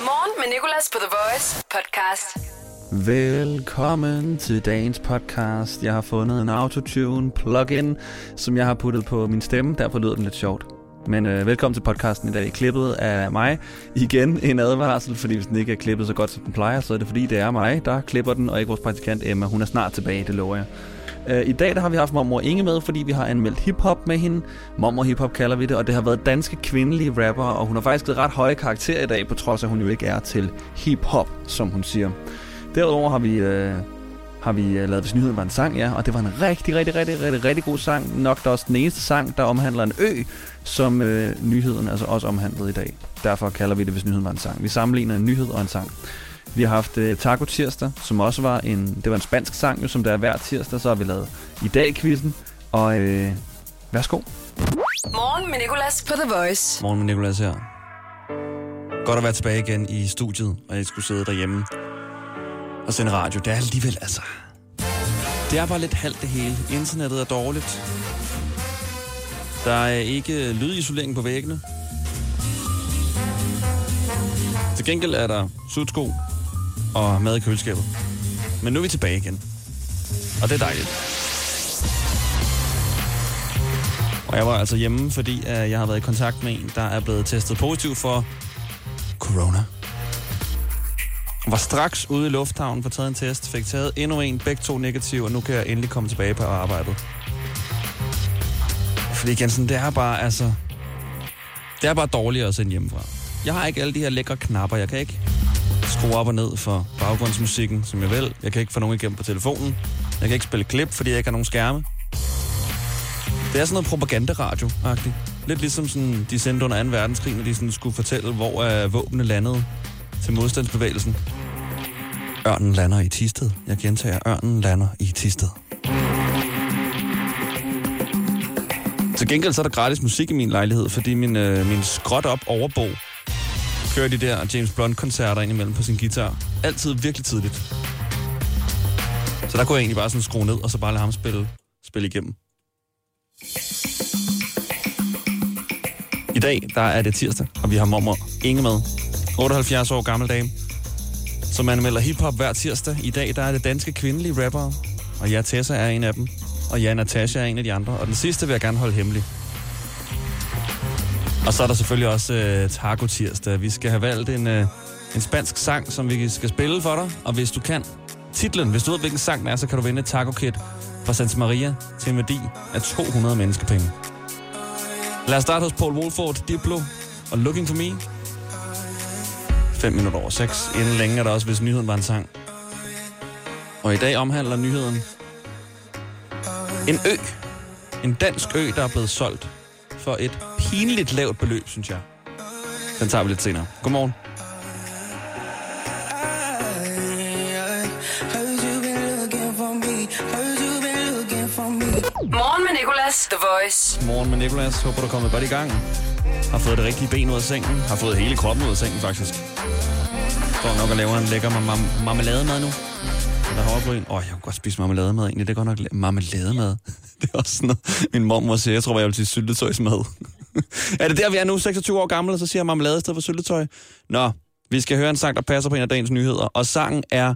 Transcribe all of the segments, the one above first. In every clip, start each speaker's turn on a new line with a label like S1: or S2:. S1: Morgen med Nicolas på The Voice podcast.
S2: Velkommen til dagens podcast. Jeg har fundet en autotune plugin, som jeg har puttet på min stemme. Derfor lyder den lidt sjovt. Men øh, velkommen til podcasten i dag. Klippet af mig. Igen en advarsel, fordi hvis den ikke er klippet så godt, som den plejer, så er det fordi, det er mig, der klipper den, og ikke vores praktikant Emma. Hun er snart tilbage, det lover jeg. Øh, I dag der har vi haft Mormor Inge med, fordi vi har anmeldt hiphop med hende. Mormor hiphop kalder vi det, og det har været danske kvindelige rapper, og hun har faktisk givet ret høje karakterer i dag, på trods af, at hun jo ikke er til hiphop, som hun siger. Derudover har vi, øh, har vi øh, lavet, hvis nyheden var en sang, ja, og det var en rigtig, rigtig, rigtig, rigtig, rigtig god sang. Nok der også den eneste sang, der omhandler en ø, som øh, nyheden altså også omhandlede i dag. Derfor kalder vi det, hvis nyheden var en sang. Vi sammenligner en nyhed og en sang. Vi har haft øh, Taco Tirsdag, som også var en, det var en spansk sang, jo, som der er hver tirsdag, så har vi lavet i dag quizzen og øh, værsgo.
S1: Morgen med Nicolas på The Voice.
S3: Morgen med Nicolas her. Godt at være tilbage igen i studiet, og jeg skulle sidde derhjemme og sende radio. Det er alligevel, altså... Det er bare lidt halvt det hele. Internettet er dårligt. Der er ikke lydisolering på væggene. Til gengæld er der sutsko og mad i køleskabet. Men nu er vi tilbage igen. Og det er dejligt. Og jeg var altså hjemme, fordi øh, jeg har været i kontakt med en, der er blevet testet positiv for corona. Var straks ude i lufthavnen, for taget en test, fik taget endnu en, begge to negativ, og nu kan jeg endelig komme tilbage på arbejdet. Fordi Jensen, det er bare, altså... Det er bare dårligere at sende hjemmefra. Jeg har ikke alle de her lækre knapper. Jeg kan ikke skrue op og ned for baggrundsmusikken, som jeg vil. Jeg kan ikke få nogen igennem på telefonen. Jeg kan ikke spille klip, fordi jeg ikke har nogen skærme. Det er sådan noget propagandaradio -agtigt. Lidt ligesom sådan, de sendte under 2. verdenskrig, når de sådan skulle fortælle, hvor øh, våbnene landede til modstandsbevægelsen. Ørnen lander i Tisted. Jeg gentager, ørnen lander i Tisted. Til gengæld så er der gratis musik i min lejlighed, fordi min, øh, min skråt op overbo kører de der James Blunt-koncerter indimellem på sin guitar. Altid virkelig tidligt. Så der kunne jeg egentlig bare sådan skrue ned, og så bare lade ham spille, spille igennem. I dag, der er det tirsdag, og vi har mormor Inge med. 78 år gammel dame, som anmelder hiphop hver tirsdag. I dag, der er det danske kvindelige rappere, og jeg, Tessa, er en af dem. Og jeg, Natasha, er en af de andre. Og den sidste vil jeg gerne holde hemmelig. Og så er der selvfølgelig også øh, Taco Tirsdag. Vi skal have valgt en, øh, en spansk sang, som vi skal spille for dig. Og hvis du kan titlen, hvis du ved, hvilken sang den er, så kan du vinde et taco kit fra Santa Maria til en værdi af 200 menneskepenge. Lad os starte hos Paul Wolford, Diplo og Looking For Me. 5 minutter over 6. Inden længe er der også, hvis nyheden var en sang. Og i dag omhandler nyheden en ø. En dansk ø, der er blevet solgt for et pinligt lavt beløb, synes jeg. Den tager vi lidt senere. Godmorgen.
S1: Morgen med Nicolas, The Voice.
S3: Morgen med Nicolas. Håber, du er kommet godt i gang. Har fået det rigtige ben ud af sengen. Har fået hele kroppen ud af sengen, faktisk. Står nok og laver en lækker mam- mam- marmelademad nu. Er Der har en. Åh, oh, jeg kunne godt spise marmelademad egentlig. Det er godt nok la- marmelademad. Det er også sådan noget, min mormor siger. Jeg tror, jeg vil sige syltetøjsmad. er det der, vi er nu? 26 år gammel, og så siger jeg marmelade i stedet for syltetøj? Nå, vi skal høre en sang, der passer på en af dagens nyheder. Og sangen er...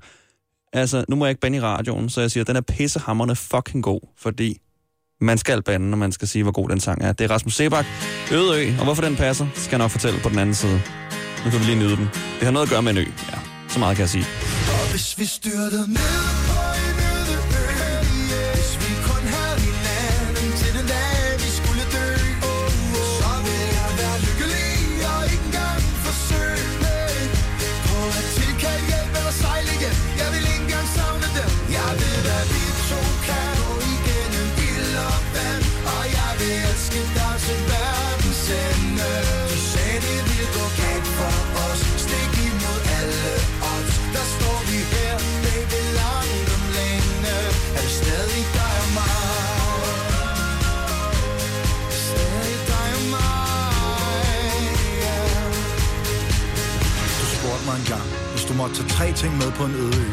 S3: Altså, nu må jeg ikke bande i radioen, så jeg siger, den er pissehammerende fucking god, fordi man skal bande, når man skal sige, hvor god den sang er. Det er Rasmus Sebak, Øde Ø, og hvorfor den passer, skal jeg nok fortælle på den anden side. Nu kan vi lige nyde den. Det har noget at gøre med en ø, ja. Så meget kan jeg sige.
S4: Hvis vi styrtede ned på en øde ø Hvis vi kun havde hinanden til den dag vi skulle dø oh, oh. Så ville jeg være lykkelig og ikke engang forsøge På at tilkalde hjælp eller sejle igen Jeg vil ikke engang savne dem Jeg ved at vi to kan gå igennem ild og vand Og jeg vil elske dig til verdens ende Du sagde det ville gå galt for os Stik imod alle odds Der står vi her, baby, langt om længe Er det stadig dig og mig? Stadig dig og mig, yeah.
S5: Du spurgte mig engang, hvis du måtte tage tre ting med på en øde ø,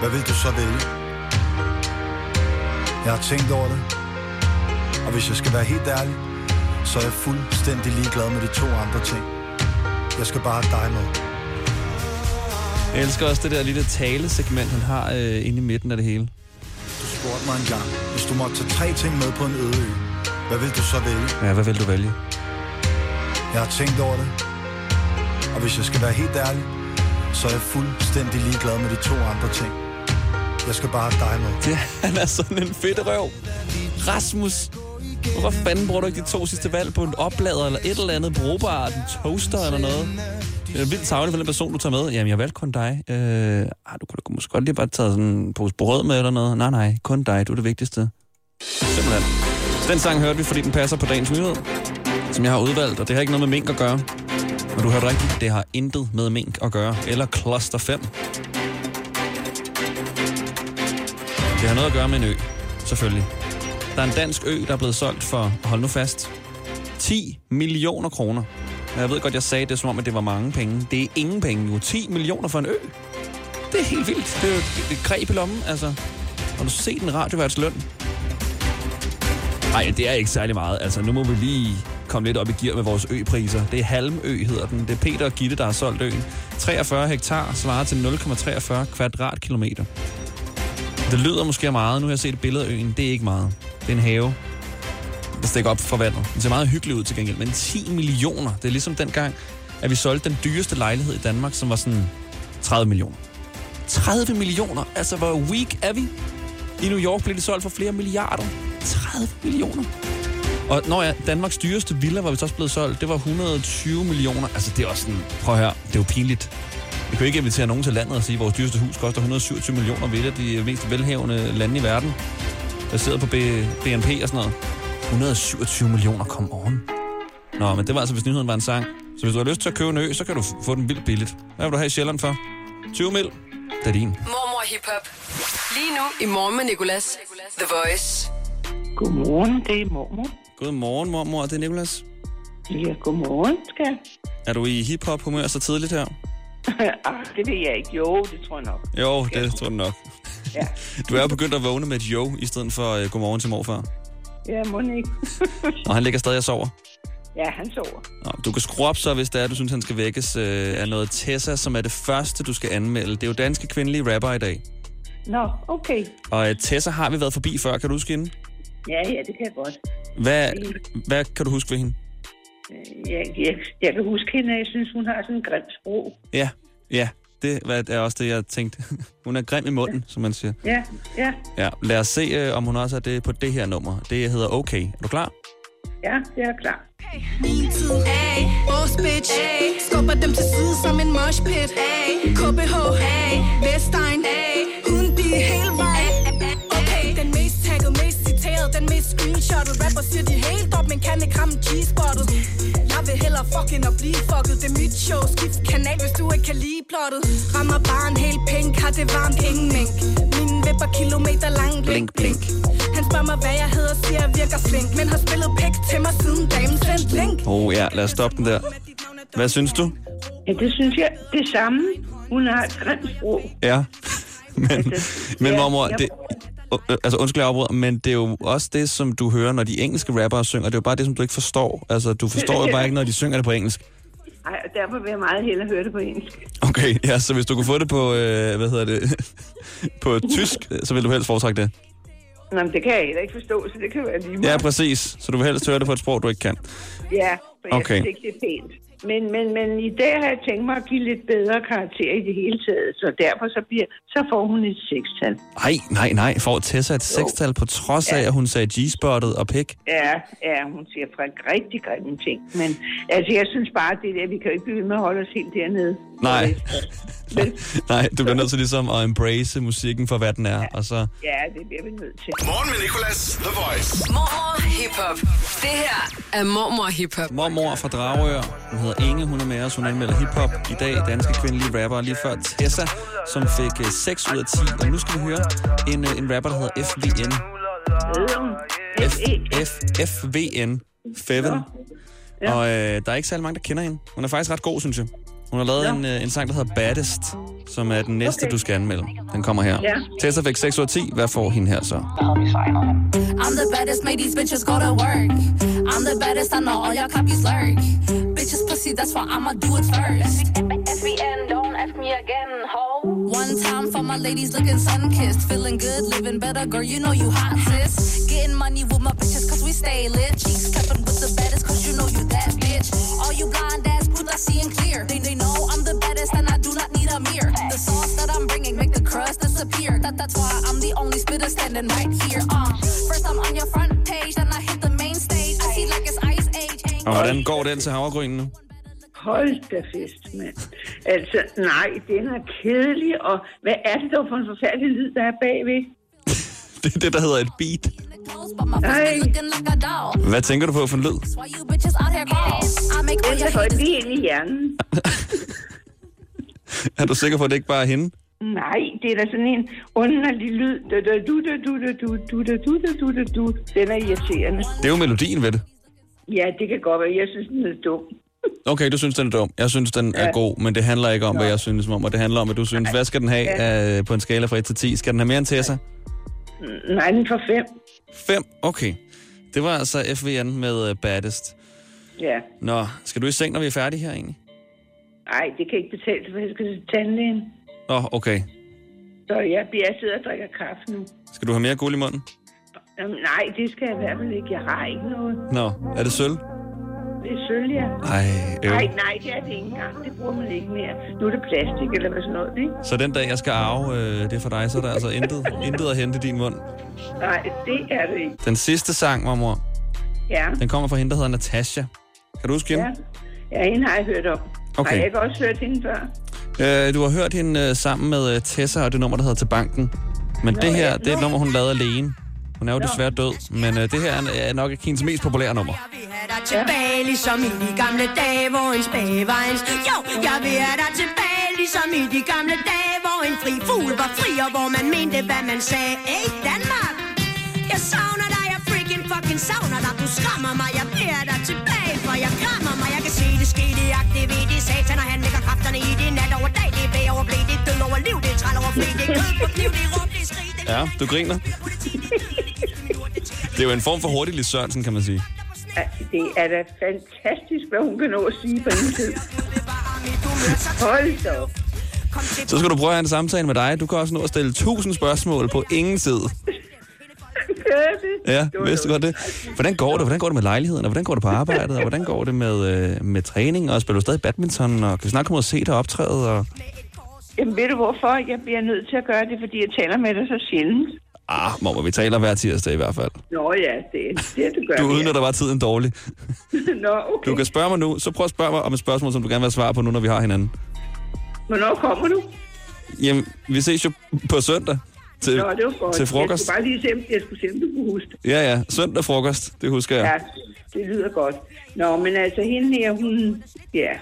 S5: hvad vil du så vælge? Jeg har tænkt over det, og hvis jeg skal være helt ærlig, så er jeg fuldstændig ligeglad med de to andre ting. Jeg skal bare have dig med.
S3: Jeg elsker også det der lille talesegment, han har øh, inde i midten af det hele.
S5: Du spurgte mig engang, hvis du måtte tage tre ting med på en øde ø, hvad vil du så vælge?
S3: Ja, hvad vil du vælge?
S5: Jeg har tænkt over det, og hvis jeg skal være helt ærlig, så er jeg fuldstændig ligeglad med de to andre ting. Jeg skal bare have dig med.
S3: Det, han er sådan en fedt røv. Rasmus, hvorfor fanden bruger du ikke de to sidste valg på en oplader eller et eller andet brugbart, en toaster eller noget? Det er vildt savligt for den person, du tager med. Jamen, jeg valgte kun dig. Øh, ah, du kunne da måske godt lige bare tage sådan en pose brød med eller noget. Nej, nej, kun dig. Du er det vigtigste. Simpelthen. Så den sang hørte vi, fordi den passer på dagens nyhed, som jeg har udvalgt, og det har ikke noget med mink at gøre. Og du hørte rigtigt, det har intet med mink at gøre, eller cluster 5. Det har noget at gøre med en ø, selvfølgelig. Der er en dansk ø, der er blevet solgt for, hold nu fast, 10 millioner kroner. Og Jeg ved godt, jeg sagde det, som om at det var mange penge. Det er ingen penge nu. 10 millioner for en ø. Det er helt vildt. Det er jo et- et greb i lommen, altså. Har du set en radioværts løn? Nej, det er ikke særlig meget. Altså, nu må vi lige komme lidt op i gear med vores øpriser. Det er Halmø, hedder den. Det er Peter og Gitte, der har solgt øen. 43 hektar svarer til 0,43 kvadratkilometer. Det lyder måske af meget. Nu har jeg set et billede af øen. Det er ikke meget. Det er en have, der stikker op fra vandet. Den ser meget hyggelig ud til gengæld. Men 10 millioner, det er ligesom dengang, at vi solgte den dyreste lejlighed i Danmark, som var sådan 30 millioner. 30 millioner? Altså, hvor weak er vi? I New York blev det solgt for flere milliarder. 30 millioner. Og når ja, Danmarks dyreste villa var vist også blevet solgt, det var 120 millioner. Altså, det er også sådan, prøv at høre, det er jo pinligt. Vi kan jo ikke invitere nogen til landet og sige, at vores dyreste hus koster 127 millioner ved de mest velhavende lande i verden, baseret på B- BNP og sådan noget. 127 millioner, kom oven. Nå, men det var altså, hvis nyheden var en sang. Så hvis du har lyst til at købe en ø, så kan du f- få den vildt billigt. Hvad vil du have i Sjælland for? 20 mil? Det er din.
S1: Mormor Hip Hop. Lige nu i Morgen med Nicolas. The Voice.
S6: Godmorgen, det er mormor.
S3: Godmorgen, mormor. Det er Nicolas.
S6: Ja, godmorgen, skal
S3: Er du i hip-hop-humør så tidligt her?
S6: Ah, det ved jeg ikke. Jo, det tror jeg nok.
S3: Jo, det tror du nok.
S6: Ja,
S3: Du er jo begyndt at vågne med et jo, i stedet for øh, godmorgen til morfar.
S6: ja må den ikke.
S3: Og han ligger stadig og sover.
S6: ja, han sover.
S3: Nå, du kan skrue op så, hvis det er, du synes, han skal vækkes øh, af noget Tessa, som er det første, du skal anmelde. Det er jo danske kvindelige rapper i dag.
S6: Nå, okay.
S3: Og øh, Tessa har vi været forbi før, kan du huske hende?
S6: Ja, ja, det kan jeg godt.
S3: Hvad, hvad kan du huske ved hende?
S6: Øh, Jeg, jeg, jeg kan huske hende, at jeg synes, hun har sådan en grim sprog.
S3: Ja, ja, det var- er også det, jeg tænkte. Hun er grim i munden, som man siger.
S6: Ja, ja,
S3: Ja, lad os se, øh, om hun også er det på det her nummer. Det hedder Okay. Er du klar?
S6: ja, det er klart.
S7: Min tid Ay. Boss bitch Ay. Skubber dem til side som en mosh pit Ay. KBH Ay. Vestegn Ay. Hun de er hele vejen Okay, den mest tagget, mest citeret Den mest screenshottet Rapper siger de helt op, men kan ikke ramme G-spottet Jeg vil hellere fucking at blive fucket Det er mit show, skift kanal, hvis du ikke kan lide plottet Rammer bare en hel pink, har det varmt, ingen mink Mine vipper kilometer lang
S3: Blink, blink.
S7: Han spørger mig, hvad jeg hedder, siger jeg virker flink Men har spillet pæk til mig siden damen sendte link
S3: Oh ja, lad os stoppe den der. Hvad synes du?
S6: Ja, det synes jeg, det samme. Hun har et grimt sprog.
S3: Ja. men,
S6: Altså,
S3: men
S6: ja,
S3: mormor,
S6: jeg-
S3: det, øh, øh, altså undskyld, jeg afbryder, men det er jo også det, som du hører, når de engelske rappere synger. Det er jo bare det, som du ikke forstår. Altså, du forstår jo bare ikke, når de synger det på engelsk.
S6: Ej, og derfor vil jeg meget hellere høre det på engelsk.
S3: Okay, ja, så hvis du kunne få det på, øh, hvad hedder det, på tysk, så vil du helst foretrække det.
S6: Nå, men det kan jeg heller ikke forstå, så det kan være lige meget.
S3: Ja, præcis. Så du vil helst høre det på et sprog, du ikke kan.
S6: Ja, for jeg
S3: Okay.
S6: synes ikke, det er pænt. Men, men, men i dag har jeg tænkt mig at give lidt bedre karakter i det hele taget, så derfor så, bliver, så får hun et sekstal.
S3: Nej, nej, nej. Får Tessa et sekstal på trods af, at hun sagde G-spottet og pik?
S6: Ja, ja, hun siger fra rigtig grimme ting. Men altså, jeg synes bare, at det der, vi kan jo ikke blive ved med at holde os helt dernede.
S3: Nej.
S6: Vel?
S3: Nej, du bliver nødt til ligesom at embrace musikken for, hvad den er. Og så,
S6: Ja, det bliver vi nødt til.
S4: Morgen med Nicolas, The Voice.
S1: Mormor Hip Hop. Det her er Mormor Hip Hop.
S3: Mormor fra Dragør. Hun hedder Inge, hun er med os. Hun anmelder hiphop i dag. Danske kvindelige rapper lige før Tessa, som fik øh, 6 ud af 10. Og nu skal vi høre en, øh, en rapper, der hedder FVN.
S6: Ved hun?
S3: F, F, FVN. Feven. Og øh, der er ikke særlig mange, der kender hende. Hun er faktisk ret god, synes jeg. Hun har lavet en, øh, en sang, der hedder Baddest, som er den næste, okay. du skal anmelde. Den kommer her.
S6: Ja.
S3: Tessa fik 6 ud af 10. Hvad får hende her så?
S7: I'm the baddest, made these bitches go to work. I'm the baddest, I know all y'all copies lurk. Bitches pussy, that's why I'ma do it first.
S8: F- FBN, don't F me again, ho. one time for my ladies looking sun kissed. Feeling good, living better, girl, you know you hot sis. Getting money with my bitches cause we stay lit. Cheeks clapping with the baddest cause you know you that bitch. All you blind ass brutes, I seeing clear. They, they know I'm the baddest and I do not need a mirror. The sauce that I'm bringing make the crust disappear. That, that's why I'm the only spitter standing right here. Uh, first I'm on your front page, then I hit the main stage. I see like it's ice age. Ain't
S3: Og hvordan går den til havregrynen nu?
S6: Hold da fest, mand. Altså, nej, den er kedelig, og hvad er det dog for en forfærdelig lyd, der er bagved?
S3: Det er det, der hedder et beat.
S8: clothes, but my face
S6: Hey.
S8: be looking like a doll.
S3: Hvad tænker du på for en lyd?
S8: That's why you bitches out here crawl. I make all
S6: Den
S8: your
S6: er gået
S8: haters
S6: lige ind i hjernen.
S3: Er du sikker på, at det ikke bare er hende?
S6: Nej, det er da sådan en underlig lyd. Du, du, du, du, du, du, du, du, du, du, du, du, du. Den er irriterende.
S3: Det er jo melodien ved det.
S6: Ja, det kan godt være. Jeg synes, den er dum.
S3: Okay, du synes, den er dum. Jeg synes, den er god, men det handler ikke om, hvad jeg synes om, og det handler om, hvad du synes. Hvad skal den have øh, på en skala fra 1 til 10? Skal den have mere end Tessa?
S6: Nej, den for fem.
S3: 5? Okay. Det var altså FVN med øh, Baddest.
S6: Ja.
S3: Nå, skal du i seng, når vi er færdige her egentlig?
S6: Nej, det kan ikke betale sig, for jeg skal til tandlægen.
S3: Nå, okay.
S6: Så jeg, jeg sidder og drikker kaffe nu.
S3: Skal du have mere guld i munden?
S6: Jamen, nej, det skal jeg i hvert fald ikke. Jeg har ikke noget.
S3: Nå, er det sølv?
S6: Det er sølv, ja.
S3: Ej,
S6: Nej,
S3: øv.
S6: nej, det er det ikke engang. Det bruger man ikke mere. Nu er det plastik eller hvad sådan noget, ikke?
S3: Så den dag, jeg skal arve øh, det for dig, så er der altså intet, intet at hente i din mund.
S6: Nej, det er det ikke.
S3: Den sidste sang, mormor,
S6: Ja,
S3: den kommer fra hende, der hedder Natasha. Kan du huske hende?
S6: ja. Ja, hende har jeg hørt om.
S3: Okay.
S6: Har jeg ikke også hørt hende før?
S3: Øh, du har hørt hende øh, sammen med øh, Tessa og det nummer, der hedder Til Banken. Men Nå, det her,
S6: ja.
S3: det er et nummer, hun lavede alene. Hun er jo desværre død, men øh, det her er, er nok ikke hendes mest populære nummer.
S9: Jeg vil have dig tilbage, ligesom i de gamle dage, hvor en spage var en... sl- Jo, jeg vil have dig tilbage, ligesom i de gamle dage, hvor en fri fugl var fri, og hvor man mente, hvad man sagde. Ey, Danmark! Jeg savner dig, jeg freaking fucking savner dig. Du skræmmer mig, jeg bliver dig tilbage, for jeg krammer mig. Jeg kan se det ske, det aktivite, satan, og han lægger kræfterne i det nat over dag. Det er bag over blæ, det er død over liv, det er træl over flæ, det er kød på kniv, det er råb, det er skrig, det er...
S3: Ja, du griner. Det er jo en form for hurtig Lis Sørensen, kan man sige.
S6: Ja, Det er da fantastisk, hvad hun kan nå at sige på en tid. Hold da op.
S3: Så skal du prøve at have en samtale med dig. Du kan også nå at stille tusind spørgsmål på ingen tid.
S6: Gør det?
S3: Ja,
S6: var
S3: vidste du godt det? Hvordan går det? Hvordan går det med lejligheden? Og hvordan går det på arbejdet? Og hvordan går det med, øh, med træning? Og spiller du stadig badminton? Og kan vi snart komme ud og se dig optræde? Og...
S6: Jamen ved du hvorfor? Jeg bliver nødt til at gøre det, fordi jeg taler med dig så sjældent.
S3: Ah, mormor, vi taler hver tirsdag i hvert fald.
S6: Nå ja, det er det, du gør.
S3: Du
S6: ja.
S3: udnytter bare tiden dårligt.
S6: Nå, okay.
S3: Du kan spørge mig nu, så prøv at spørge mig om et spørgsmål, som du gerne vil have svar på nu, når vi har hinanden.
S6: Hvornår kommer du?
S3: Jamen, vi ses jo på søndag til,
S6: Nå, det var godt.
S3: til
S6: Jeg
S3: frokost.
S6: skulle bare lige se, om, jeg skulle se, om du kunne huske det.
S3: Ja, ja, søndag frokost, det husker jeg.
S6: Ja, det lyder godt. Nå, men altså hende her, hun... Ja,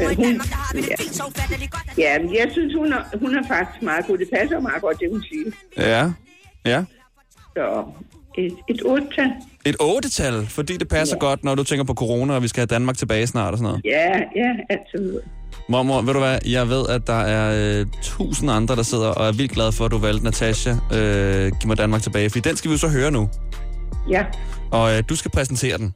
S6: Øh,
S9: Tror i Danmark, der har vi det fint, så ufatteligt godt, at...
S6: ja men jeg synes, hun er, hun er faktisk meget god. Det passer meget godt, det hun siger.
S3: Ja, ja.
S6: Så et, et otte
S3: Et 8-tal, fordi det passer ja. godt, når du tænker på corona, og vi skal have Danmark tilbage snart og sådan noget.
S6: Ja, ja, altså noget.
S3: Mormor, ved du hvad, jeg ved, at der er øh, tusind andre, der sidder og er vildt glade for, at du valgte Natasha. Øh, giv mig Danmark tilbage, fordi den skal vi jo så høre nu.
S6: Ja.
S3: Og øh, du skal præsentere den.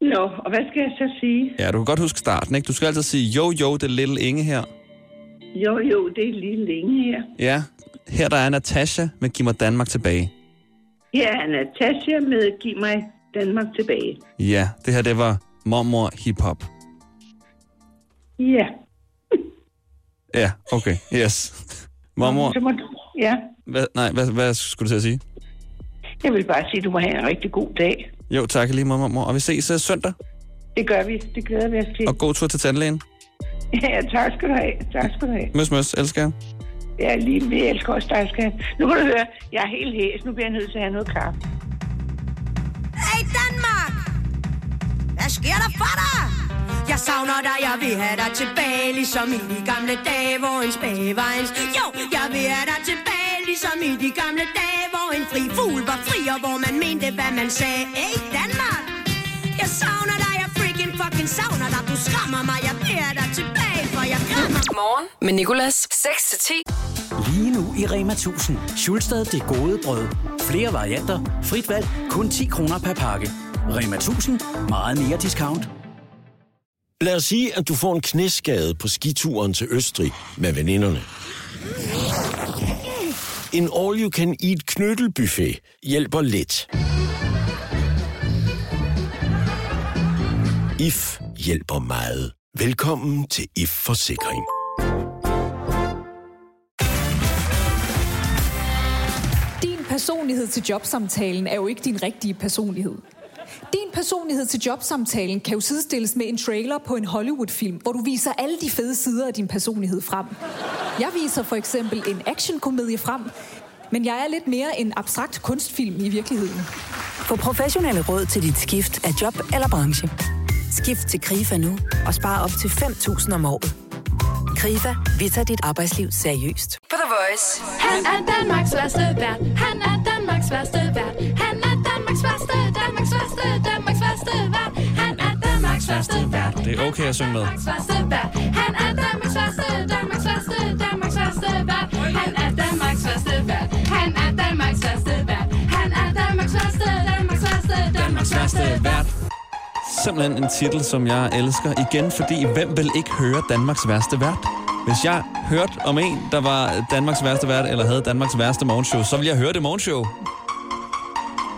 S6: Nå, og hvad skal jeg så sige?
S3: Ja, du kan godt huske starten, ikke? Du skal altid sige, jo, jo, det er Lille Inge her.
S6: Jo, jo, det er lige længe her.
S3: Ja, her der er Natasha med Giv mig Danmark tilbage.
S6: Her er Natasha med Giv mig Danmark tilbage.
S3: Ja, det her det var mormor hiphop.
S6: Ja.
S3: Ja, okay, yes. Mormor,
S6: Så må du... Ja.
S3: hvad, nej, hvad, hvad skulle du til at sige?
S6: Jeg vil bare sige, at du må have en rigtig god dag.
S3: Jo, tak lige meget, mormor. Og vi ses uh, søndag,
S6: Det gør vi. Det glæder vi os til.
S3: og god tur til tandlægen.
S6: Ja, tak skal du have. Tak skal du have.
S3: Møs, møs, elsker jer.
S6: Ja, lige vi elsker også dig, skat. Nu kan du høre, jeg er helt hæs. Nu bliver jeg nødt til at have noget kaffe.
S9: Hey Danmark! Hvad sker der for dig? Jeg savner dig, jeg vil have dig tilbage Ligesom i de gamle dage, hvor en spage var en... sl- Jo, jeg vil have dig tilbage Ligesom i de gamle dage, hvor en fri fugl var fri Og hvor man mente, hvad man sagde Hey Danmark! Jeg savner dig, jeg freaking fucking savner dig Du skræmmer mig, jeg bliver dig tilbage For jeg krammer
S1: Morgen med Nicolas. 6-10.
S10: Lige nu i Rema 1000. Schulstad det gode brød. Flere varianter, frit valg, kun 10 kroner per pakke. Rema 1000. Meget mere discount.
S11: Lad os sige, at du får en knæskade på skituren til Østrig med veninderne. En all-you-can-eat knyttelbuffet hjælper lidt. IF hjælper meget. Velkommen til IF Forsikring.
S12: Din personlighed til jobsamtalen er jo ikke din rigtige personlighed. Din personlighed til jobsamtalen kan jo sidestilles med en trailer på en Hollywood-film, hvor du viser alle de fede sider af din personlighed frem. Jeg viser for eksempel en actionkomedie frem, men jeg er lidt mere en abstrakt kunstfilm i virkeligheden.
S13: Få professionelle råd til dit skift af job eller branche. Skift til KRIFA nu og spare op til 5.000 om året. KRIFA, vi tager dit arbejdsliv seriøst.
S1: På The Voice.
S14: Han er Danmarks værste vært. Han er Danmarks værste vært. Han er Danmarks værste, Danmarks værste, Danmarks værste vært. Han er Danmarks værste vært.
S3: Det er okay at synge med.
S14: Danmarks værste vært. Han er Danmarks værste, Danmarks værste, Danmarks værste vært. Han er Danmarks værste vært. Han er Danmarks værste vært. Han er Danmarks værste, Danmarks værste, Danmarks værste vært.
S3: Simpelthen en titel, som jeg elsker. Igen, fordi hvem vil ikke høre Danmarks værste vært? Hvis jeg hørte om en, der var Danmarks værste vært, eller havde Danmarks værste morgenshow, så ville jeg høre det morgenshow.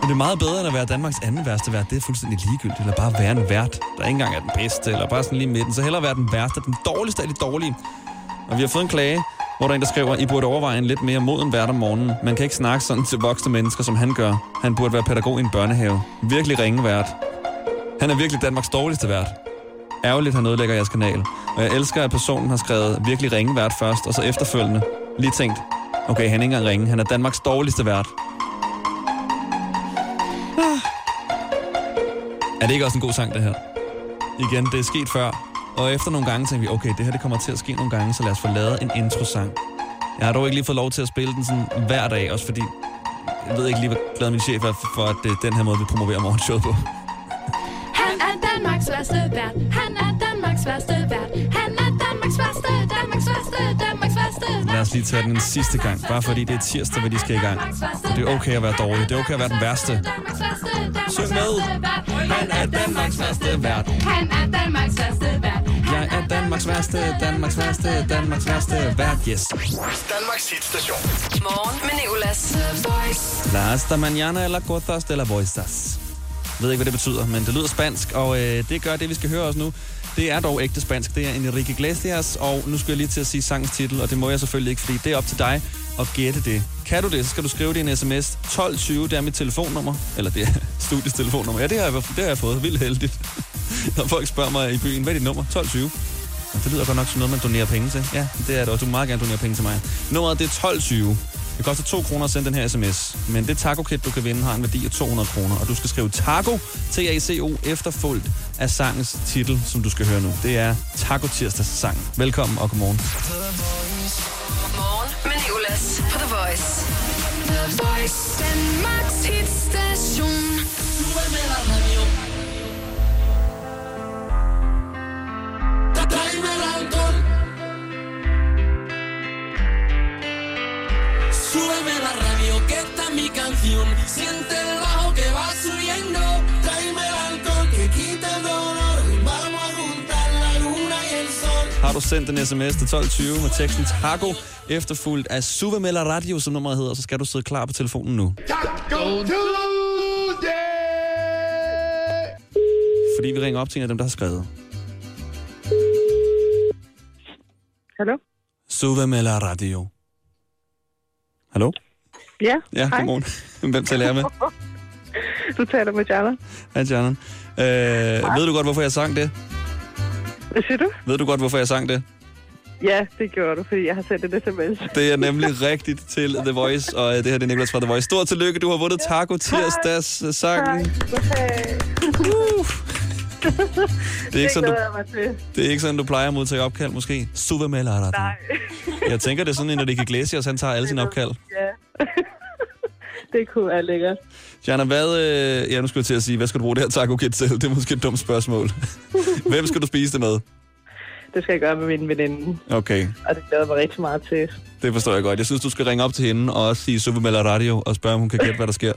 S3: Men det er meget bedre end at være Danmarks anden værste vært. Det er fuldstændig ligegyldigt. Eller bare være en vært, der ikke engang er den bedste, eller bare sådan lige midten. Så hellere være den værste, den dårligste af de dårlige. Og vi har fået en klage, hvor der er en, der skriver, I burde overveje en lidt mere moden vært om morgenen. Man kan ikke snakke sådan til voksne mennesker, som han gør. Han burde være pædagog i en børnehave. Virkelig ringe vært. Han er virkelig Danmarks dårligste vært. Ærgerligt, han ødelægger jeres kanal. Og jeg elsker, at personen har skrevet virkelig ringe vært først, og så efterfølgende lige tænkt, okay, han er ikke engang ringe, han er Danmarks dårligste vært. Ah. Er det ikke også en god sang, det her? Igen, det er sket før. Og efter nogle gange tænkte vi, okay, det her det kommer til at ske nogle gange, så lad os få lavet en introsang. Jeg har dog ikke lige fået lov til at spille den sådan hver dag, også fordi jeg ved ikke lige, hvor glad min chef er for, at det er den her måde, vi promoverer morgenshowet på.
S14: Han er Danmarks værste vært. Han er Danmarks værste vært. Han er Danmarks værste, Danmarks værste, Danmarks værste vært.
S3: Lad os lige tage den en sidste gang, bare fordi det er tirsdag, hvor de skal i gang. Og det er okay at være dårlig, det er okay at være den værste.
S14: Danmarks værste, Danmarks
S3: Syng med.
S14: værste vært. Han er Danmarks værste vært. Han er Danmarks værste vært.
S3: Jeg er Danmarks værste, Danmarks værste, Danmarks værste vært, yes.
S1: Danmarks hitstation. Morgen med Nicolas. The Voice.
S3: La hasta mañana eller cortas de la voisas. Jeg ved ikke, hvad det betyder, men det lyder spansk, og øh, det gør det, vi skal høre os nu. Det er dog ægte spansk. Det er Enrique Iglesias, og nu skal jeg lige til at sige sangens titel, og det må jeg selvfølgelig ikke, fordi det er op til dig at gætte det. Kan du det, så skal du skrive det i en sms. 1220, det er mit telefonnummer. Eller det er studies telefonnummer. Ja, det har jeg, det har jeg fået. Vildt heldigt. Når folk spørger mig i byen, hvad er dit nummer? 1220. Men det lyder godt nok som noget, man donerer penge til. Ja, det er det, og du må meget gerne donere penge til mig. Nummeret det er 1220. Det koster 2 kroner at sende den her sms, men det taco-kit, du kan vinde, har en værdi af 200 kroner, og du skal skrive taco, T-A-C-O, efterfulgt af sangens titel, som du skal høre nu. Det er Taco Tirsdags sang. Velkommen og godmorgen.
S1: Morgen med Nicolas. På The Voice.
S4: The Voice, Danmarks hitstation. Nu er med dig, radio. Tráeme el alcohol. Súbeme la radio, que esta es mi canción. Siente el bajo que va subiendo. Tráeme el alcohol, que quita el dolor. Vamos a juntar la luna y el sol.
S3: Har du sendt en sms til 1220 med teksten taco, efterfulgt af Suvamela Radio, som nummeret hedder, så skal du sidde klar på telefonen nu.
S4: Taco Tuesday.
S3: Fordi vi ringer op til en af dem, der har skrevet.
S15: Hallo?
S3: Suvamela Radio. Hallo?
S15: Ja,
S3: Ja,
S15: hej.
S3: godmorgen. Hvem taler jeg med?
S15: Du taler med Jana.
S3: Hej, Janan. Øh, ved du godt, hvorfor jeg sang det?
S15: Hvad siger du?
S3: Ved du godt, hvorfor jeg sang det?
S15: Ja, det gjorde du, fordi jeg har sendt en sms.
S3: Det er nemlig rigtigt til The Voice, og øh, det her det er Nicolas fra The Voice. Stort tillykke, du har vundet Taco Tirsdags øh, sangen. Det er ikke sådan, du,
S15: glæder jeg mig til.
S3: det er ikke sådan, du plejer at modtage opkald, måske. Suvamela Radio.
S15: Nej.
S3: Jeg tænker, det er sådan, at Enrique Iglesias, han tager alle sine opkald.
S15: Ja. det kunne være lækkert.
S3: Jana, hvad... Øh, ja, nu skulle jeg til at sige, hvad skal du bruge det her taco kit til? Det er måske et dumt spørgsmål. Hvem skal du spise det med?
S15: Det skal jeg gøre med min veninde,
S3: Okay,
S15: og det glæder jeg mig rigtig meget til.
S3: det forstår jeg godt. Jeg synes, du skal ringe op til hende og også sige Suvamela Radio og spørge, om hun kan gætte, hvad der sker.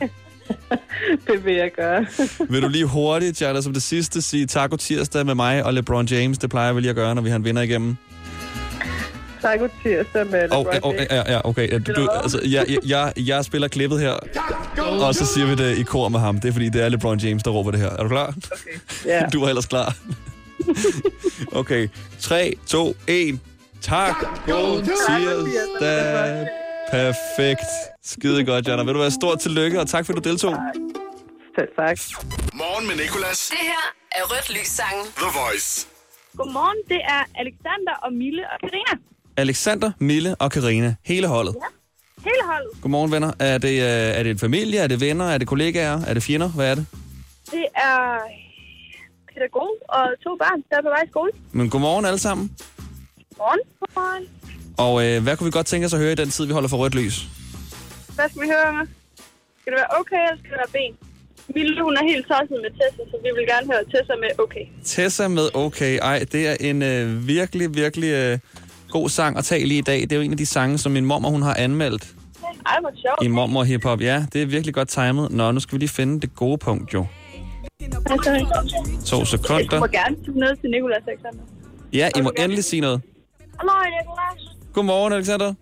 S16: det vil jeg gøre.
S3: Vil du lige hurtigt, Charlotte, som det sidste, sige taco tirsdag med mig og LeBron James? Det plejer vi lige at gøre, når vi har en vinder igennem.
S16: Tak god tirsdag med
S3: Og,
S16: LeBron
S3: og,
S16: James.
S3: ja, ja, okay. Du, du, altså, jeg, jeg, jeg, jeg spiller klippet her, og så siger vi det i kor med ham. Det er, fordi det er LeBron James, der råber det her. Er du klar?
S16: Ja.
S3: Du er ellers klar. Okay. 3, 2, 1. Tak. God tirsdag. Perfekt. Skide godt, Jana. Vil du være stor tillykke, og tak fordi du deltog.
S16: Selv tak.
S1: Morgen med Nicolas. Det her er Rødt Lys Sangen.
S3: The Voice.
S6: Godmorgen, det er Alexander og Mille og Karina.
S3: Alexander, Mille og Karina. Hele holdet.
S6: Hele holdet.
S3: Godmorgen, venner. Er det, øh, er det en familie? Er det venner? Er det kollegaer? Er det fjender? Hvad er det?
S6: Det er pædagog og to børn, der er på vej i skole.
S3: Men godmorgen alle sammen.
S6: Godmorgen. Godmorgen.
S3: Og øh, hvad kunne vi godt tænke os at høre i den tid, vi holder for rødt lys?
S6: Hvad skal vi høre med? Skal det være okay, eller skal det være ben? Mille, hun er helt tosset med Tessa, så vi vil gerne høre Tessa med okay.
S3: Tessa med Okay. Ej, det er en øh, virkelig, virkelig øh, god sang at tale i i dag. Det er jo en af de sange, som min mormor hun har anmeldt
S6: Ej, hvor sjovt.
S3: i Mormor Hip Hop. Ja, det er virkelig godt timet. Nå, nu skal vi lige finde det gode punkt, jo.
S6: Altså,
S3: To
S6: jeg må
S3: sekunder.
S6: gerne sige noget til Nicolas Alexander.
S3: Ja, I må endelig sige noget.
S6: Hallo, Nicolas.
S3: Godmorgen, Alexander.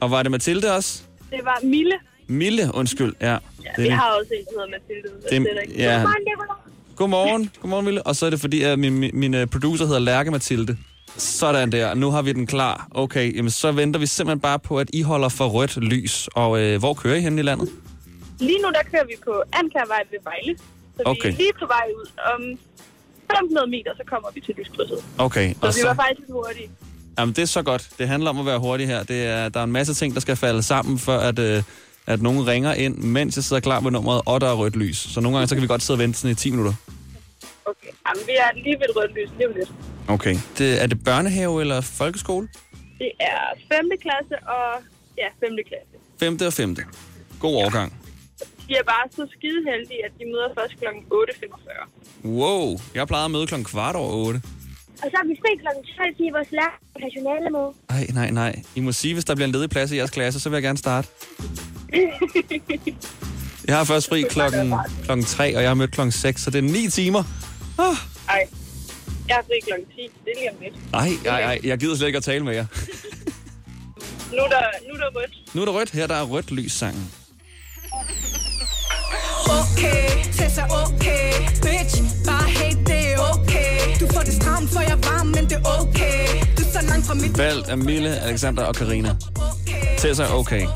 S3: Og var det Mathilde også?
S6: Det var Mille.
S3: Mille, undskyld. Ja,
S6: Vi
S3: det er
S6: har også en, der hedder Mathilde. så
S3: Det-
S6: det er rigtigt.
S3: ja.
S6: Godmorgen, Nicolas.
S3: Godmorgen. Godmorgen, Mille. Og så er det fordi, at min, min- min øh, producer hedder Lærke Mathilde. Sådan der. Nu har vi den klar. Okay, jamen så venter vi simpelthen bare på, at I holder for rødt lys. Og øh, hvor kører I hen i landet?
S6: Lige nu, der kører vi på Ankærvej ved Vejle. Så
S3: Okay.
S6: vi er lige på vej ud. Om 500 meter, så kommer vi til lyskrydset.
S3: Okay,
S6: Så
S3: og
S6: vi var
S3: så...
S6: faktisk lidt hurtige.
S3: Jamen, det er så godt. Det handler om at være hurtig her. Det er, der er en masse ting, der skal falde sammen, før at, øh, at nogen ringer ind, mens jeg sidder klar med nummeret, og der er rødt lys. Så nogle gange, så kan vi godt sidde og vente sådan i 10 minutter.
S6: Jamen, vi er lige ved et rødt lys lige om lidt.
S3: Okay. Det, er det børnehave eller folkeskole?
S6: Det er 5. klasse og... Ja, 5. klasse.
S3: 5. og 5. God overgang.
S6: De er bare så skide heldige, at de møder først kl. 8.45.
S3: Wow, jeg plejede at møde klokken kvart over 8.
S17: Og så er vi fri kl. 12, fordi vores lærer er personalemøde.
S3: Nej, nej, nej. I må sige, hvis der bliver en ledig plads i jeres klasse, så vil jeg gerne starte. Jeg har først fri klokken, klokken 3, og jeg har mødt klokken 6, så det er 9 timer. Ah.
S6: Ej, jeg er fri kl. 10. Det er lige om lidt.
S3: Nej, nej, nej. Jeg gider slet ikke at tale med jer.
S6: Nu er der, nu er der rødt.
S3: Nu er der rødt. Her der er rødt lys sangen.
S7: Okay, Tessa, okay Bitch, bare hate det, er okay Du får det stramt, for jeg er varm, men det er okay Du er så langt fra mit
S3: Valgt af Mille, Alexander og Karina. Tessa, okay.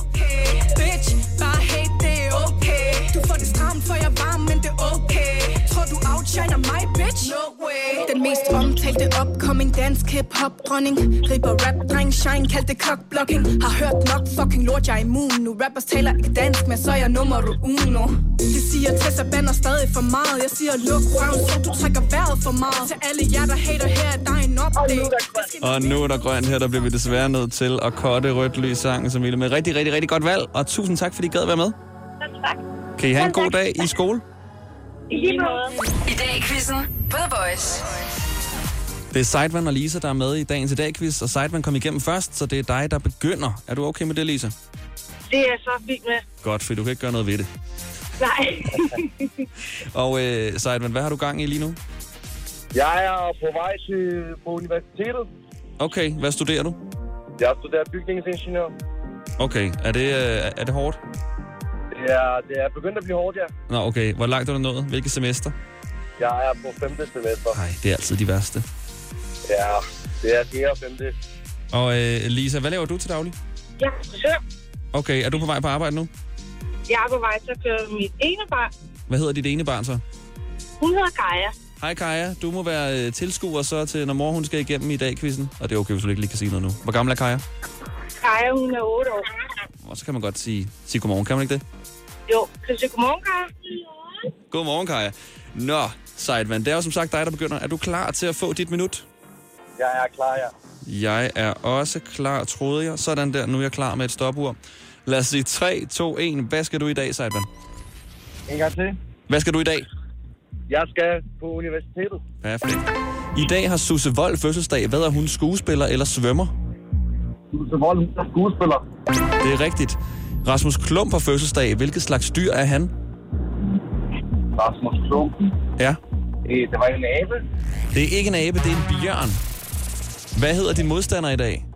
S7: bitch Bare hate det, er okay Du får det stramt, for jeg er varm, men det er okay Tror du outshiner mig, bitch? No way Den mest omtalte upcoming dansk hip-hop dronning Ripper rap, dreng, shine, kald det cockblocking Har hørt nok fucking lort, jeg er immun Nu rappers taler ikke dansk, men så er jeg nummer uno De siger, Tessa bander stadig for meget Jeg siger, luk røven, så du trækker vejret for meget Til alle jer, der hater her, der er en update
S3: Og nu er der grønt her, der bliver vi desværre nødt til at korte rødt lys sangen, som Mille med rigtig, rigtig, rigtig godt valg. Og tusind tak, fordi I gad at være med.
S6: Tak.
S3: Kan I have en god dag i skole?
S1: I lige måde. I dag i quizzen på The Voice.
S3: Det er Seidman og Lisa, der er med i dagens i dag quiz, og Seidman kom igennem først, så det er dig, der begynder. Er du okay med det, Lisa?
S18: Det er jeg så fint med.
S3: Godt, for du kan ikke gøre noget ved det.
S18: Nej.
S3: Og øh, Seidman, hvad har du gang i lige nu?
S18: jeg er på vej til, på universitetet.
S3: Okay, hvad studerer du?
S18: Jeg studerer bygningsingeniør.
S3: Okay, er det, øh, er det hårdt?
S18: Det er, det er begyndt at blive hårdt, ja.
S3: Nå, okay. Hvor langt er du nået? Hvilket semester?
S18: Jeg er på femte semester.
S3: Nej. Det er altid de værste.
S18: Ja, det er det og femte.
S3: Og øh, Lisa, hvad laver du til daglig?
S18: Jeg er frisør.
S3: Okay, er du på vej på arbejde nu?
S18: Jeg er på vej til at køre mit ene barn.
S3: Hvad hedder dit ene barn så?
S18: Hun hedder Kaja.
S3: Hej Kaja, du må være øh, tilskuer så til, når mor hun skal igennem i dag quizzen. Og det er okay, hvis du ikke lige kan sige noget nu. Hvor gammel er Kaja?
S18: Kaja, hun er 8 år.
S3: Og så kan man godt sige, sige godmorgen, kan man ikke det?
S18: Jo, kan du sige godmorgen, Kaja?
S3: Godmorgen, Kaja. Nå, Seidman, det er jo som sagt dig, der begynder. Er du klar til at få dit minut?
S18: Jeg er klar, ja.
S3: Jeg er også klar, troede jeg. Sådan der, nu er jeg klar med et stopur. Lad os sige 3, 2, 1. Hvad skal du i dag, Seidman?
S18: En gang til.
S3: Hvad skal du i dag?
S18: Jeg skal på universitetet.
S3: Perfekt. I dag har Susse Vold fødselsdag. Hvad er hun, skuespiller eller svømmer?
S18: Så Vold er skuespiller.
S3: Det er rigtigt. Rasmus Klump har fødselsdag. Hvilket slags dyr er han?
S16: Rasmus Klumpen.
S3: Ja.
S16: Det, det var en abe.
S3: Det er ikke en abe, det er en bjørn. Hvad hedder din modstander i dag?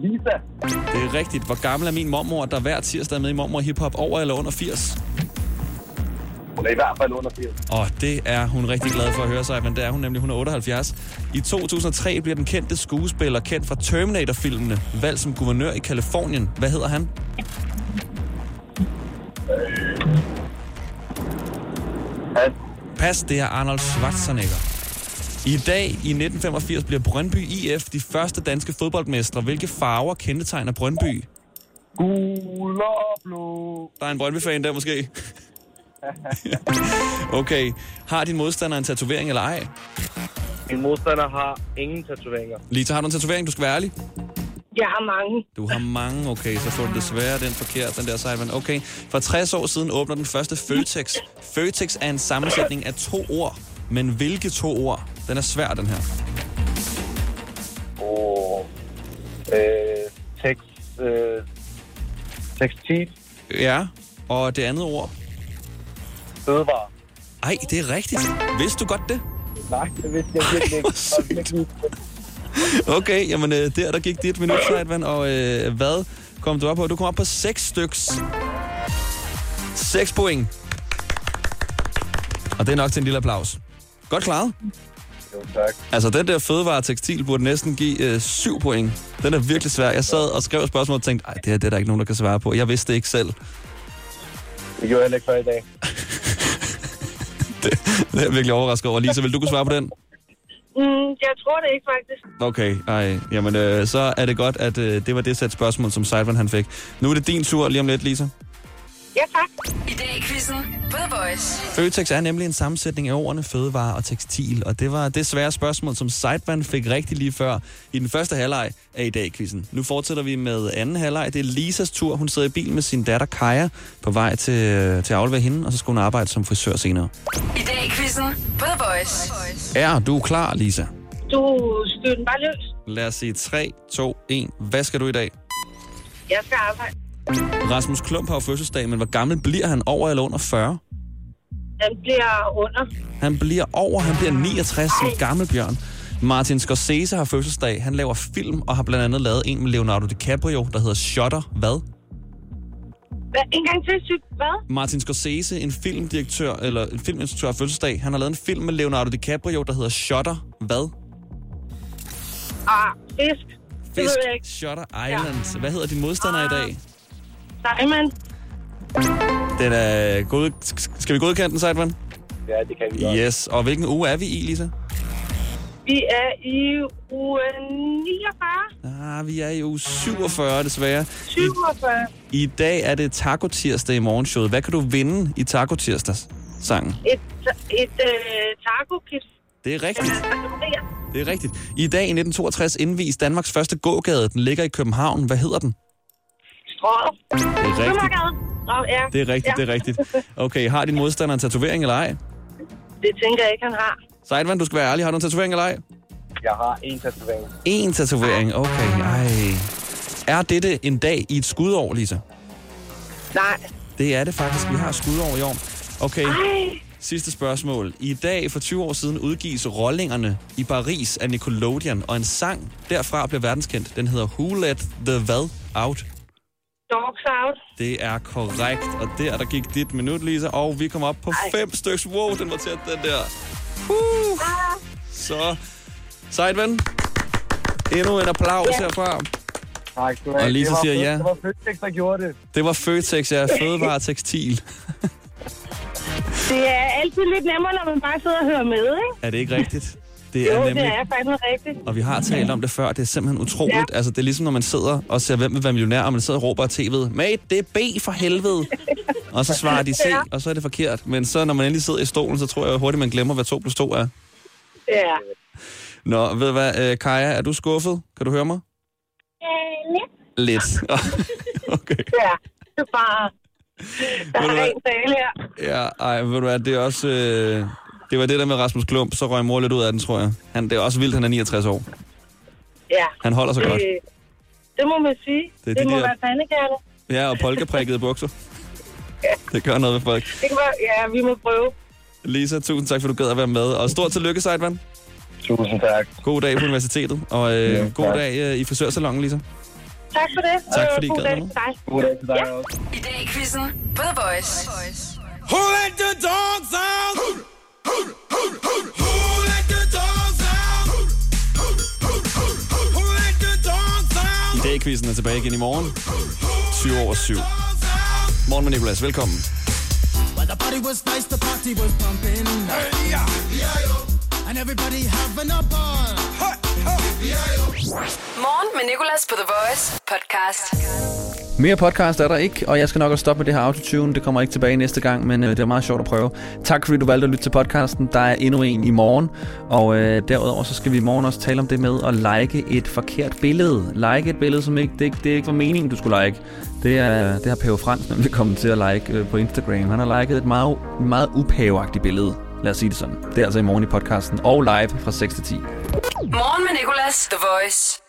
S16: Lisa.
S3: Det er rigtigt. Hvor gammel er min mormor, der hver tirsdag er med i Mormor Hiphop? Over eller under 80?
S16: Hun er i hvert fald under 80.
S3: Og det er hun rigtig glad for at høre sig, men det er hun nemlig. Hun er 78. I 2003 bliver den kendte skuespiller kendt fra Terminator-filmene, valgt som guvernør i Kalifornien. Hvad hedder han?
S16: Pas.
S3: Pas, det er Arnold Schwarzenegger. I dag i 1985 bliver Brøndby IF de første danske fodboldmestre. Hvilke farver kendetegner Brøndby?
S16: Gul og blå.
S3: Der er en Brøndby-fan der måske. Okay. Har din modstander en tatovering eller ej?
S16: Min modstander har ingen tatoveringer.
S3: Lita, har du en tatovering? Du skal være ærlig.
S19: Jeg har mange.
S3: Du har mange, okay. Så får du desværre den forkert, den der Simon. Okay. For 60 år siden åbner den første Føtex. Føtex er en sammensætning af to ord. Men hvilke to ord? Den er svær, den her.
S16: Og øh, tekst, øh, tekstil,
S3: Ja. Og det andet ord?
S16: fødevare.
S3: Ej, det er rigtigt. Vidste du godt det?
S16: Nej, det vidste jeg virkelig ikke. Jeg var virkelig-
S3: Okay, jamen øh, der, der gik dit minut, Sejtvan, og øh, hvad kom du op på? Du kom op på 6 styks. 6 point. Og det er nok til en lille applaus. Godt klaret.
S16: Jo, tak.
S3: Altså, den der fødevare og tekstil burde næsten give øh, 7 point. Den er virkelig svær. Jeg sad og skrev spørgsmål og tænkte, ej, det her det er der ikke nogen, der kan svare på. Jeg vidste det ikke selv.
S16: Det gjorde jeg heller ikke før i dag.
S3: Det er jeg virkelig overrasket over. Lisa, vil du kunne svare på den?
S19: Mm, jeg tror det ikke, faktisk.
S3: Okay, ej, jamen øh, så er det godt, at øh, det var det sæt spørgsmål, som Sejtvan han fik. Nu er det din tur lige om lidt, Lisa.
S1: Ja, tak. I dag i quizzen på The Voice.
S3: Føtex er nemlig en sammensætning af ordene fødevare og tekstil, og det var det svære spørgsmål, som Seidvan fik rigtig lige før i den første halvleg af i dag quizzen. Nu fortsætter vi med anden halvleg. Det er Lisas tur. Hun sidder i bil med sin datter Kaja på vej til, til at aflevere hende, og så skal hun arbejde som frisør senere.
S1: I dag i quizzen på The Voice.
S3: Er du klar, Lisa?
S19: Du stød den bare løs.
S3: Lad os sige 3, 2, 1. Hvad skal du i dag?
S19: Jeg skal arbejde.
S3: Rasmus Klump har jo fødselsdag, men hvor gammel bliver han? Over eller under 40?
S19: Den bliver under.
S3: Han bliver over, han bliver 69 som gammel bjørn. Martin Scorsese har fødselsdag. Han laver film og har blandt andet lavet en med Leonardo DiCaprio, der hedder Shutter. Hvad?
S19: Hvad, en gang til, syg, hvad?
S3: Martin Scorsese, en filmdirektør, eller en filminstruktør, har fødselsdag. Han har lavet en film med Leonardo DiCaprio, der hedder Shutter. Hvad?
S19: Ah, fisk. Det ved jeg ikke. Ah.
S3: Fisk. Shutter Island. Hvad hedder din modstander i dag?
S19: Simon.
S3: Den er god... Skal vi godkende den, Seidman?
S16: Ja, det kan vi godt.
S3: Yes. Og hvilken uge er vi i, Lisa?
S19: Vi er i uge 49.
S3: Ah, vi er i uge 47, desværre.
S19: 47.
S3: I dag er det taco-tirsdag i morgenshowet. Hvad kan du vinde i taco-tirsdags-sangen?
S19: Et, et øh, taco-kit.
S3: Det er rigtigt.
S19: Maria.
S3: Det er rigtigt. I dag i 1962 indvies Danmarks første gågade. Den ligger i København. Hvad hedder den?
S19: Strøget.
S3: Det er rigtigt.
S19: Nå, ja.
S3: Det er rigtigt,
S19: ja.
S3: det er rigtigt. Okay, har din modstander en tatovering eller ej?
S19: Det tænker jeg ikke, han har.
S3: Seidvan, du skal være ærlig. Har du en tatovering eller ej?
S16: Jeg har en tatovering.
S3: En tatovering. Okay, ej. Er dette en dag i et skudår, Lisa?
S19: Nej.
S3: Det er det faktisk. Vi har skudår i år. Okay. Sidste spørgsmål. I dag for 20 år siden udgives Rollingerne i Paris af Nickelodeon, og en sang derfra blev verdenskendt. Den hedder Who Let The Hvad Out.
S19: Dogs out.
S3: Det er korrekt, og der, der gik dit minut, Lisa, og vi kom op på fem styks. Wow, den var tæt, den der. Uh.
S19: Ah.
S3: Så, sejt ven. Endnu en applaus
S16: Ja.
S3: herfra.
S16: Tak skal du
S3: Og Lisa
S16: Det var
S3: siger ja.
S16: Fø- Det var Føtex, der gjorde det.
S3: Det var Føtex, jeg er fødevare og tekstil.
S19: Det er altid lidt nemmere, når man bare sidder og hører med, ikke?
S3: Er det ikke rigtigt? Det
S19: jo,
S3: er
S19: det
S3: nemlig
S19: er faktisk rigtigt.
S3: Og vi har talt om det før, det er simpelthen utroligt. Ja. Altså, det er ligesom, når man sidder og ser, hvem vil være millionær, og man sidder og råber af tv'et, mate, det er B for helvede. og så svarer de C,
S19: Ja.
S3: og så er det forkert. Men så, når man endelig sidder i stolen, så tror jeg hurtigt, man glemmer, hvad 2 plus 2 er.
S19: Ja.
S3: Nå, ved du hvad, øh, Kaja, er du skuffet? Kan du høre mig?
S19: Øh, lidt.
S3: Lidt.
S19: Ja, det er bare... Der
S3: Ved
S19: er
S3: du hvad?
S19: en tale her.
S3: ja, ej, ved du hvad, det er også... Øh, det var det der med Rasmus Klump, så røg mor lidt ud af den, tror jeg. Han, det er også vildt, han er 69 år.
S19: Ja.
S3: Han holder sig
S19: det,
S3: godt.
S19: Det må man sige.
S3: Det er
S19: Det,
S3: de
S19: det må
S3: der-
S19: være pandekærne.
S3: Ja, og polkeprikkede bukser. Det gør noget ved folk.
S19: Det kan være, ja, vi må prøve.
S11: Lisa, tusind tak, for du gad at være med. Og stort tillykke, Seidman. Tusind tak. God dag på universitetet, og øh,
S5: Ja,
S11: ja, god
S5: tak.
S11: dag øh, i frisørsalongen, Lisa.
S6: Tak for det.
S11: Tak, fordi I gad med. God dag til dig
S6: ja. også. I dag i quizzen på The Voice.
S16: Who let the dogs out? Who, who, who, who, who let the dogs out? Who, who, who, who, who, who let the dogs out?
S11: I dag quizzen er tilbage igen i morgen. 20 over 7. Morgen med Nicolas, velkommen.
S4: Well, the party was nice, the party was pumping. And everybody having a ball.
S1: Morgen med Nicolas på The Voice podcast.
S3: Mere podcast er der ikke, og jeg skal nok også stoppe med det her autotune. Det kommer ikke tilbage næste gang, men øh, det er meget sjovt at prøve. Tak fordi du valgte at lytte til podcasten. Der er endnu en i morgen, og øh, derudover så skal vi i morgen også tale om det med at like et forkert billede. Like et billede, som ikke, det, ikke- det er ikke var meningen, du skulle like. Det, er, det har Pave Frans nemlig kommet til at like øh, på Instagram. Han har liket et meget, meget upaveagtigt billede. Lad os sige det sådan. Det er altså i morgen i podcasten og live fra 6 til 10.
S1: Morgen med Nicolas, The Voice.